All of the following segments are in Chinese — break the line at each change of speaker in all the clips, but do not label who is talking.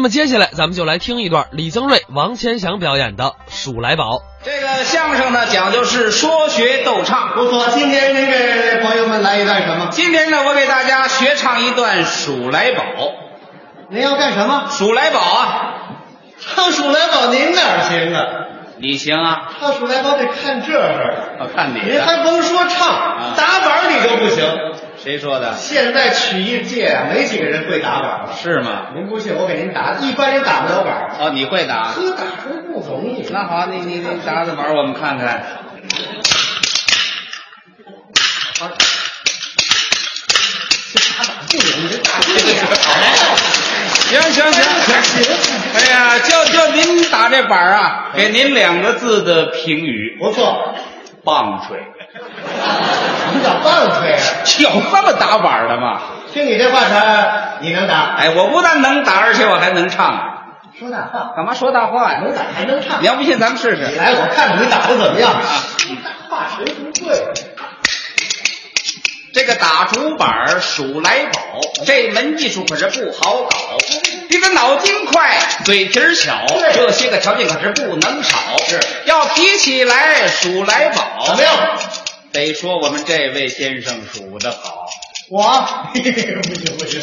那么接下来咱们就来听一段李增瑞、王千祥表演的《数来宝》。
这个相声呢，讲究是说学逗唱。
不错，今天您给朋友们来一段什么？
今天呢，我给大家学唱一段《数来宝》。
您要干什么？
数来宝啊，
唱《数来宝》您哪儿行啊？
你行啊？
唱《数来宝》得看这事儿，
我看你
您
的。
还甭说
啊
唱，打板儿你都不行。
谁说的？
现在曲艺界啊，没几个人会打板儿了。
是吗？
您不信，我给您打，一般人打不了板儿，
哦，你会打？
可打出不容易。
那好，你你你打打板，我们看看。
不容易， 打不
行行行行，哎呀，就就您打这板儿啊，给您两个字的评语：
不错，
棒槌。
你咋半推啊？
有这么打板儿的吗？
听你这话茬，你能打？
哎，我不但能打，而且我还能唱。
说大话，
干嘛说大话呀？
能打还能唱
你。要不信，咱们试试
你。来，我看你打的怎么样啊？大话谁不会？
这个打竹板儿数来宝，这门艺术可是不好搞。你得脑筋快，嘴皮儿巧，
对
这些个条件可是不能少。是要提起来数来宝，
怎么样？
得说我们这位先生数得好。
我 不行不行，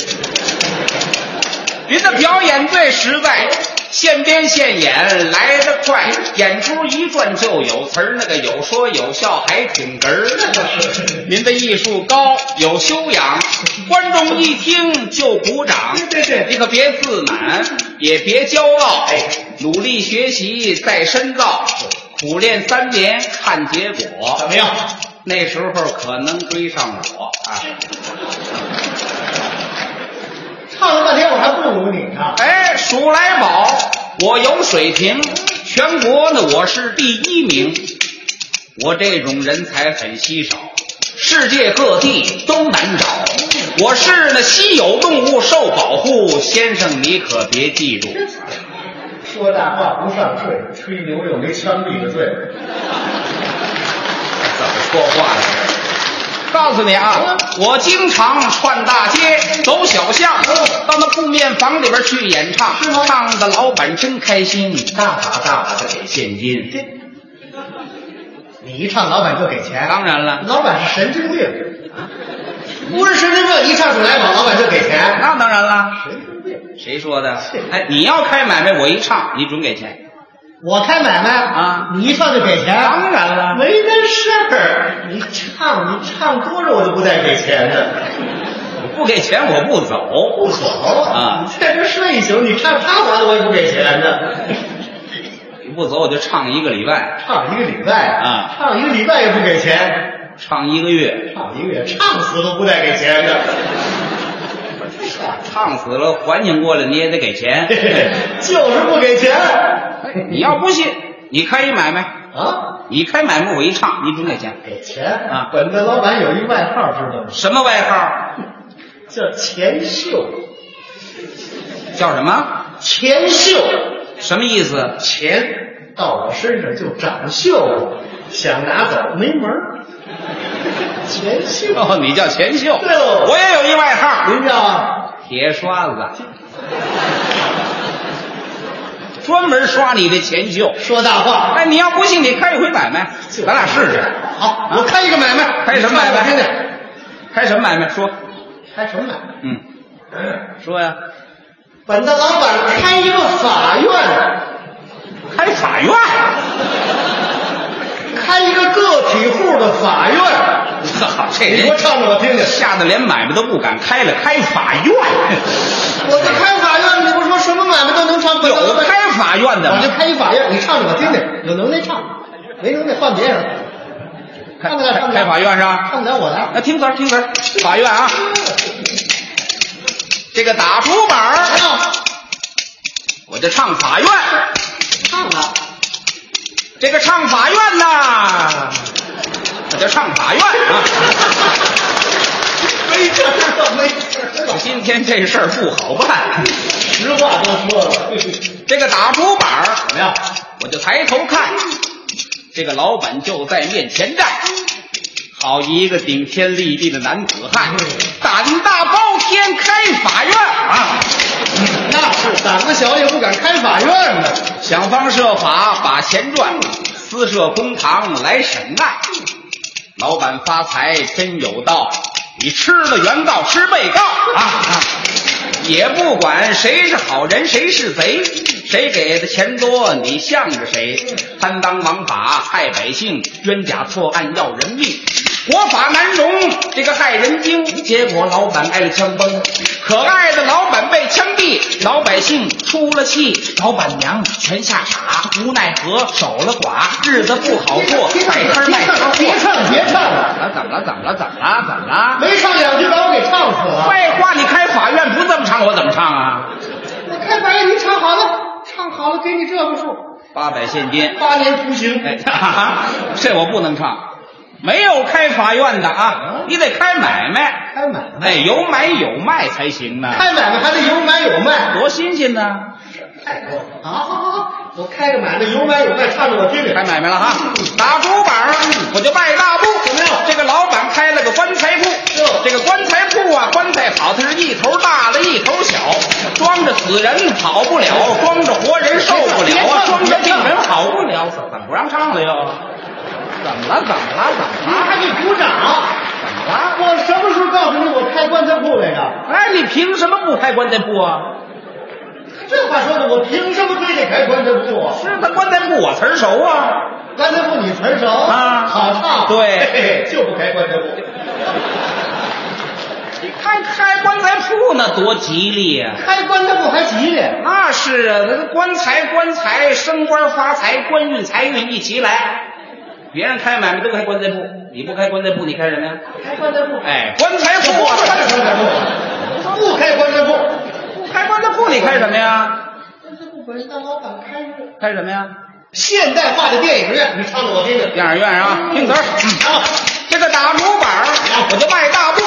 您的表演最实在，现编现演来得快，眼珠一转就有词儿，那个有说有笑还挺哏儿。 您的艺术高，有修养，观众一听就鼓掌。
对对对
你可别自满，也别骄傲，努力学习再深造，苦练三年看结果。
怎么样？
那时候可能追上我啊！
唱了半天我还不如你呢。
哎，数来宝，我有水平，全国呢我是第一名，我这种人才很稀少，世界各地都难找。我是那稀有动物，受保护。先生，你可别记住，
说大话不上税，吹牛又没枪毙的罪。
怎么说话呢？告诉你啊，我经常串大街，走小巷，到那布面房里边去演唱，唱的老板真开心，大把大把的给现金。
你一唱，老板就给钱。
当然了，
老板是神经病，啊不是神经病，一唱出来宝，老板就给钱。
那啊当然了。
神经病！
谁说的？哎，你要开买卖，我一唱，你准给钱。
我开买卖
啊
你一唱就给钱。
当然了
没这事儿。你唱，你唱多了我就不带给钱的。
不给钱我不走。
不走
啊
你在这睡一宿，你唱他完了我也不给钱的。
不走我就唱一个礼拜，
唱一个礼拜
啊
唱一个礼拜也不给钱，
唱一个月，
唱一个月唱死都不带给钱 的，
唱死了缓醒过来你也得给 钱。哎
就是不给钱
你要不信，你开一买卖，
啊！
你开买卖我一唱，你准给钱。
给钱
啊
本子老板有一外号，知道吗？
什么外号？
叫钱秀，
叫什么？
钱秀，
什么意思？
钱到我身上就长锈，想拿走没门儿。钱秀，
哦，你叫钱秀。
对喽
我也有一外号，
您叫
铁刷子，专门刷你的钱秀。
说大话。
哎，你要不信，你开一回买卖，咱俩试试。
好，我开一个买卖，
开什么买卖？
听听，
开什么买卖？说，
开什么买卖？
嗯，说呀，
本大老板开一个法院，
开法院。
开一个个体户的法院。
好，这
哎你给我
人
唱着我听听。
吓得连买卖都不敢开了，开法院。
我这开法院，你不说什么买卖都能唱，
有开法院的
我就
吗？
开一法院，你唱着我听听，有能耐唱，没能耐换别人。
开
唱不了，唱不了，
开法院是吧？
唱不了我啊来。
那听词儿听词儿，法院啊，这个打竹板儿，
唱
我就唱法院。
唱啊，
这个唱法院呐，我就唱法院啊。
没事儿，没事儿，
今天这事儿不好办。
实话都说了，
这个打竹板儿，
怎么样？
我就抬头看，这个老板就在面前站，好一个顶天立地的男子汉，胆大包天开法院啊！
那是胆子小也不敢开法院呢。
想方设法把钱赚，私设公堂来审案。老板发财真有道，你吃了原告吃被告啊！啊也不管谁是好人谁是贼，谁给的钱多你向着谁，贪赃枉法害百姓，冤假错案要人命。国法难容，这个害人精，结果老板挨了枪崩，可爱的老板被枪毙，老百姓出了气，老板娘全吓傻，无奈何守了寡，日子不好过，卖摊卖
唱，
摊
别
货。
唱，别唱了，
啊，怎么了？怎么了？怎么了？怎么了？
没唱两句把我给唱死了。
废话，你开法院不这么唱，我怎么唱啊？
我开法院，您唱好了，唱好了给你这个数，
八百现金。
八年徒刑。
哎，哈哈，这我不能唱，没有开法院的啊，你得开买卖，
开买卖，
哎，有买有卖才行呢，
开买卖还得有买有卖，
多新鲜呢！
太多了。好好好好，我开个买卖，有买有卖，唱给我听听。
开买卖了哈，打竹板儿啊我就迈大步。
怎么样
这个老板开了个棺材铺，这个棺材铺啊，棺材好，它是一头大了一头小，装着死人跑不了，装着活人受不了啊，装着病人好不了，怎么不让唱了又？怎么了？怎么了？怎么
您
了？
还给鼓掌？
怎么了？
我什么时候告诉你我开棺材铺来的？
哎，你凭什么不开棺材铺啊？
这话说的，我凭什么非得开棺材铺啊？
是他棺材铺我词儿熟啊，
棺材铺你纯熟
啊
好唱，
对
嘿嘿就不开棺材铺。
你看开棺材铺那多吉利啊呀、
开棺材铺还吉利，
那是啊，那棺材棺材，升官发财，官运财运一起来。别人开买卖都开棺材铺，你不开棺材铺，你开什么呀？
开棺材铺，
哎，棺材铺
不开棺材
啊！
铺，不开棺材铺，
不开棺材铺，你开什么呀？
棺材铺本让老板开着
开什么呀？
现代化的电影院，你唱给我听听。
电影院啊，听词儿。
啊，
这个打竹板儿，我就迈大步。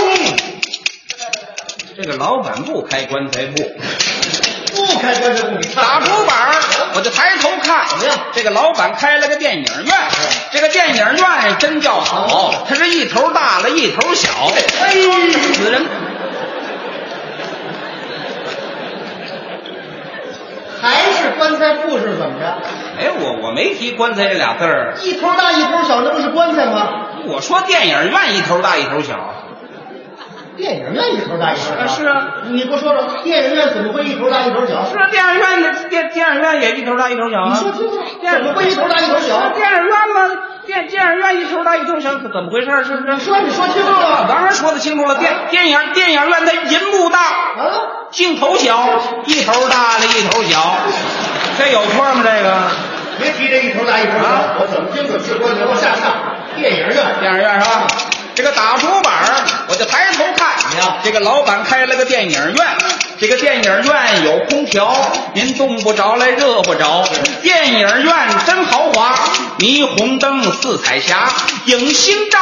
这个老板不开棺材铺，
不开棺材铺，你唱
打竹板儿，我就抬头看，哎这个老板开了个电影院，这个电影院真叫好，它是一头大了一头小，哎呦，死人！
还是棺材铺是怎么着？
哎，我我没提棺材这俩字儿，
一头大一头小，那不是棺材吗？
我说电影院一头大一头小，
电影院一头大一头小。
啊是啊，
你不说说电影院怎么会一头大一头小？
是啊电影院的电电影院也一头大一头小
你
啊，
说听听，怎么会一头大一头小？
电影院嘛，电电影院一头大一头小，怎么回事儿？是不是？
说你说清楚
啊
了
当然说得清楚了，电电影电影院的银幕大。
啊！
镜头小，一头大了一头小，这有错吗？这个
别提这一头大一头小，
啊
我怎么听准是关节我下唱电影院
电影院是吧？这个打竹板儿，我就抬头看，哎这个老板开了个电影院，这个电影院有空调，您冻不着来热不着。电影院真豪华，霓虹灯、四彩霞、影星照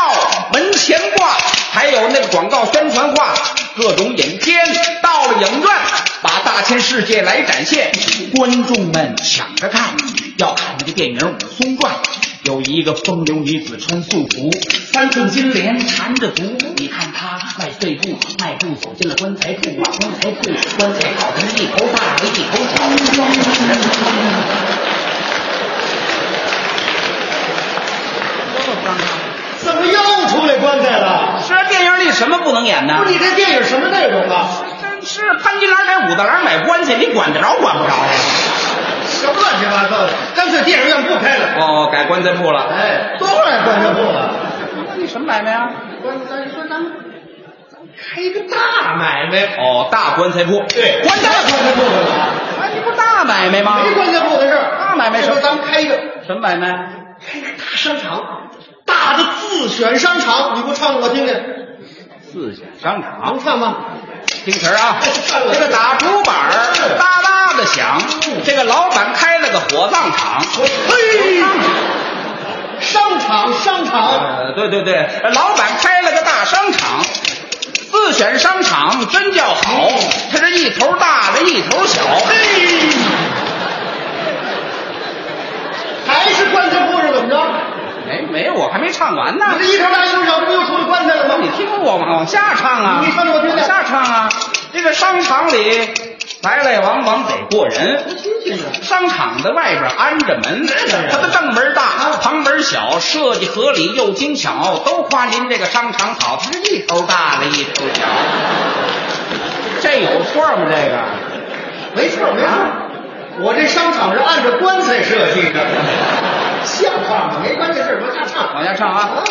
门前挂，还有那个广告宣传画，各种影片到了影院，把大千世界来展现，观众们抢着看，要看那个电影《武松传》。有一个风流女子穿素服，三寸金莲缠着足。你看她迈碎步，迈步走进了棺材铺啊，棺材铺，棺材好人一头大了一头小。
怎么又出来棺材了？
是啊，电影里什么不能演
不
呢
是？你这电影什么内容啊？
真是潘金莲给武大郎买棺材，你管得着管不着呀？
什么乱七八糟的？干脆电影院不开了。
哦，改棺材铺了。
哎，多坏棺材铺了！
那你什么买卖啊？
棺材说咱们开一个大买卖，
哦，大棺材铺。
对，
棺材
棺材铺了，
啊，你不是大买卖吗？
啊没棺材铺的事儿。
大买卖
这回咱们开一个
什么买卖？
开一个大商场，大的自选商场，你给我唱给我听听，
自选商场
能。唱吗？
听词儿啊，这个打竹板儿哒哒的响，这个老板开了个火葬场。
嘿，商场商场，
呃，对对对，老板开了个大商场，自选商场真叫好，它是一头大的一头小。
嘿，还是棺材铺是怎么着？
没哎没有，我还没唱完呢。
你这一头大一头小，不又出来棺材了
哎你
吗？
听我往往下唱啊，
你唱给我听听
往下唱啊。
这
这个商场里来来往往得过人，
新鲜的，
商场的外边安着门，
呀
它的正门大，旁门小，设计合理又精巧，都夸您这个商场好，它是一头大了一头小，这有错吗？这个？
没错没错。我这商场是按照棺材设计的，像话吗？没关系事儿往下唱。
往下唱啊！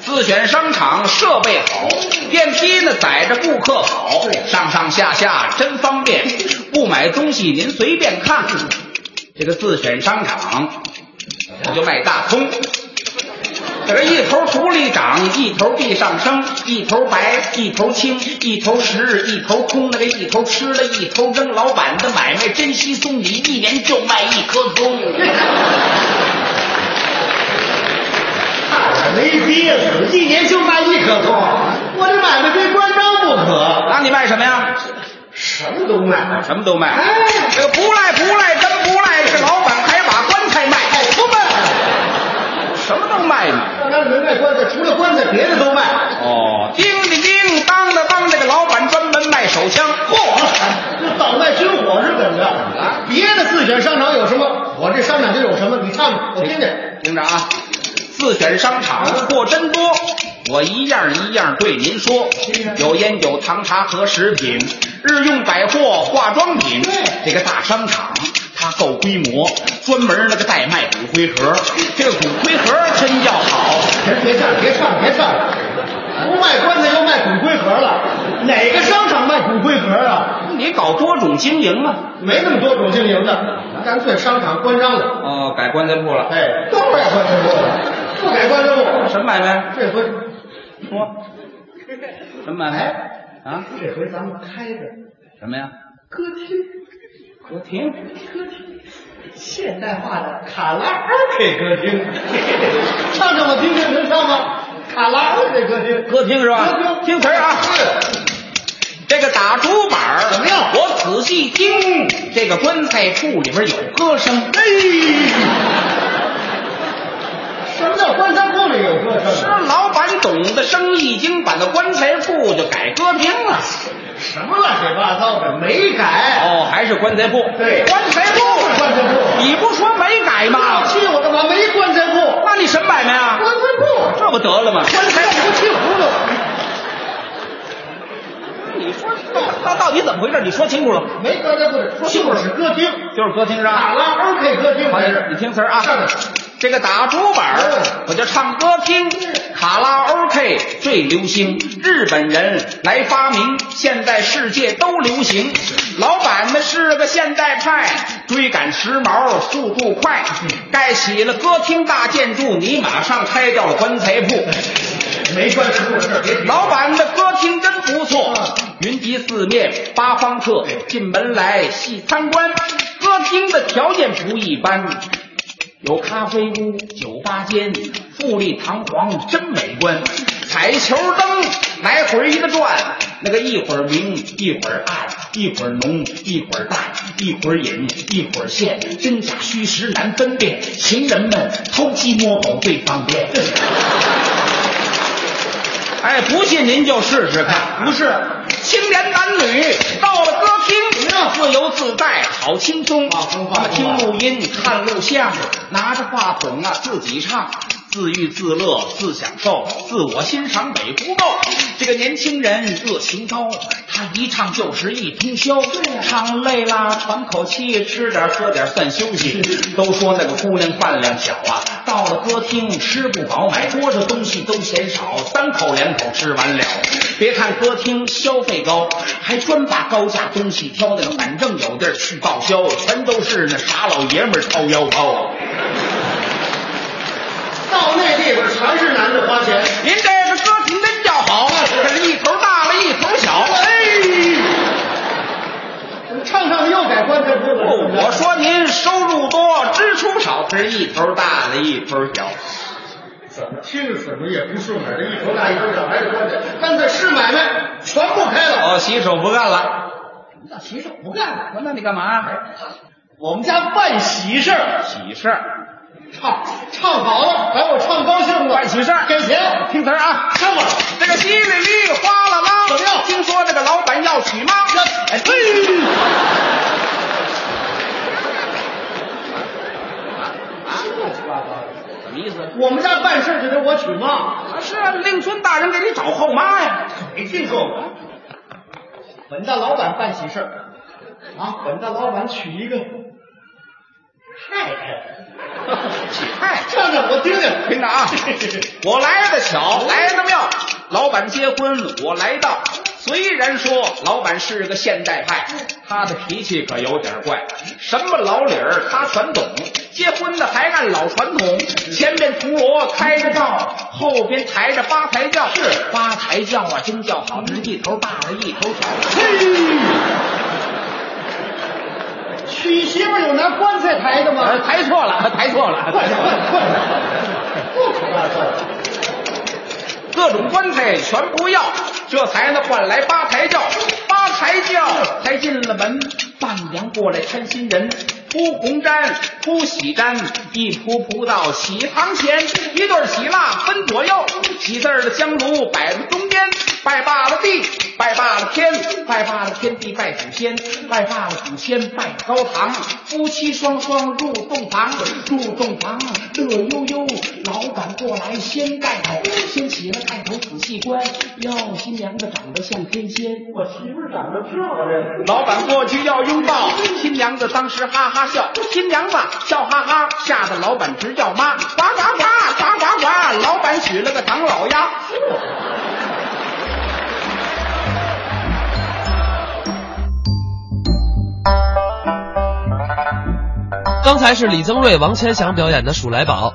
自选商场设备好，电梯呢载着顾客跑，上上下下真方便。不买东西您随便看，这个自选商场，我就卖大葱。在这一头土里长，一头地上生，一头白，一头青，一头实，一头空。那个一头吃了，一头扔。老板的买卖真稀松，你一年就卖一棵葱。
没憋死，一年就卖一棵葱，我这买卖非关张不可，
那你卖什么呀？
什么都卖。
什么都卖。
哎
这个不赖不赖，真不赖，这老板还把棺材卖，哎，不卖，什么都卖嘛。
要让人卖棺材，除了棺材，别的都卖。
哦，叮叮叮，当当当，这个老板专门卖手枪。嚯、
这倒卖军火是怎么着？啊，别的自选商场有什么，我这商场就有什么。你唱吧，我听听。
听着啊，自选商场货真多，我一样一样对您说
是啊，
有烟有糖茶和食品，日用百货化妆品，这个大商场。它够规模，专门那个代卖骨灰盒，这个骨灰盒真要好，
别唱，别唱，别唱了！不卖棺材又卖骨灰盒了，哪个商场卖骨灰盒啊？
你搞多种经营啊？
没那么多种经营的，干脆商场关张了。
哦，改棺材铺了。
哎，都卖棺材铺了，不改棺材
什
铺。
么买卖？
这回，
说什么买卖？啊？
这回咱们开个
什么呀？
歌厅，
歌厅？
歌厅，现代化的卡拉 OK 歌厅，唱唱我听听，能唱吗？卡拉 OK 歌厅，
歌厅是吧？
歌厅
听词儿啊。这个打竹板儿
怎么样
我仔细听，这个棺材铺里边有歌声。
哎，什么叫棺材铺里有歌
是
声啊？
老板懂得生意经，把那棺材铺就改歌厅了。
什么乱七八糟的？没改。
哦，还是棺材铺。
对
棺材
不是
铺。
棺材铺。
你不说没改吗？
去我干嘛？没棺材铺。
那你什么买卖啊？
棺材铺。
这不得了吗？
棺材不气葫芦。
你说那到底怎么回事？你说清楚了。
没棺材铺的，就是歌厅，
就是歌厅是
卡
吧？
拉 OK 歌厅
好
才
你
是。
听词儿啊
上来。
这个打竹板儿
嗯，
我就唱歌听。卡拉 OK 最流行，日本人来发明，现在世界都流行。老板们是个现代派，追赶时髦，速度快。盖起了歌厅大建筑，你马上拆掉了棺材铺。
没棺材铺的事儿别提。
老板的歌厅真不错，云集四面八方客，进门来细参观。歌厅的条件不一般，有咖啡屋、酒吧间，富丽堂皇，真美观。彩球灯来回一个转，那个一会儿明，一会儿暗，一会儿浓，一会儿淡，一会儿隐，一会儿现，真假虚实难分辨。情人们偷鸡摸狗最方便。哎，不信您就试试看。不是，青年男女到了歌厅，自由自在，好轻松。
放松
他们
放松
听
啊
录音，看录像，拿着话筒啊自己唱，自娱自乐，自享受，自我欣赏美不够。这个年轻人热情高，他一唱就是一通宵。唱累啦，喘口气，吃点儿喝点儿算休息。都说那个姑娘饭量小啊，到了歌厅吃不饱，买多少东西都嫌少，三口两口吃完了。别看歌厅消费高，还专把高价东西挑，那个反正有地儿去报销，全都是那傻老爷们儿掏腰包。啊
到那地方全是男的花钱。
您这个歌厅真叫好，啊这是一头大了一头小。啊哎，哦
怎么唱唱的又改棺材铺了？
我说您收入多，支出少，这是一头大了一头小。
怎么听着怎么也不顺耳，这一头大一头小，还是棺材，干脆是买卖全部开了。
哦，洗手不干了。
那洗手不干了，
那你干嘛？
我们家办喜事儿，
喜事儿
唱唱好了，把我唱高兴了，
办喜事儿
给钱，
听词儿啊，
这么
这个稀里里哗啦啦，
怎么样
听说这个老板要娶妈，哎，
乱七八糟的。
什么意思？
我们家办事儿就得我娶妈，
啊，是啊，令尊大人给你找后妈呀。
没听说过。我们家老板办喜事儿啊，我们家老板娶一个太太，
起嗨，
唱唱我听听。
听着 啊，我来的巧，来的妙。老板结婚，我来到。虽然说老板是个现代派，他的脾气可有点怪，什么老理儿他全懂。结婚的还按老传统，前面铜锣开着道，后边抬着八抬轿。是八抬轿啊，真叫好，是一头大的，一头小的。
娶媳妇儿有拿棺材抬的吗
呃？抬错了，抬错了，
哎快点， 快点，快点！不可乱算。
各种棺材全不要，这才呢换来八抬轿，八抬轿才进了门，伴娘过来看新人，铺红毡，铺喜毡，一铺铺到喜堂前，一对喜蜡分左右，喜字儿的香炉摆在中间，拜罢了地，拜罢了天，拜罢了天地拜祖先，拜罢了祖先拜高堂，夫妻双双入洞房，入洞房乐悠悠，老板过来掀盖头，掀起了盖头仔细观，哟，新娘子长得像天仙，
我媳妇儿长得漂亮。
老板过去要拥抱，新娘子当时哈哈笑，新娘子笑哈哈，吓得老板直叫妈，呱呱呱呱呱呱，老板娶了个唐老鸭。
刚才是李增瑞、王千祥表演的《鼠来宝》。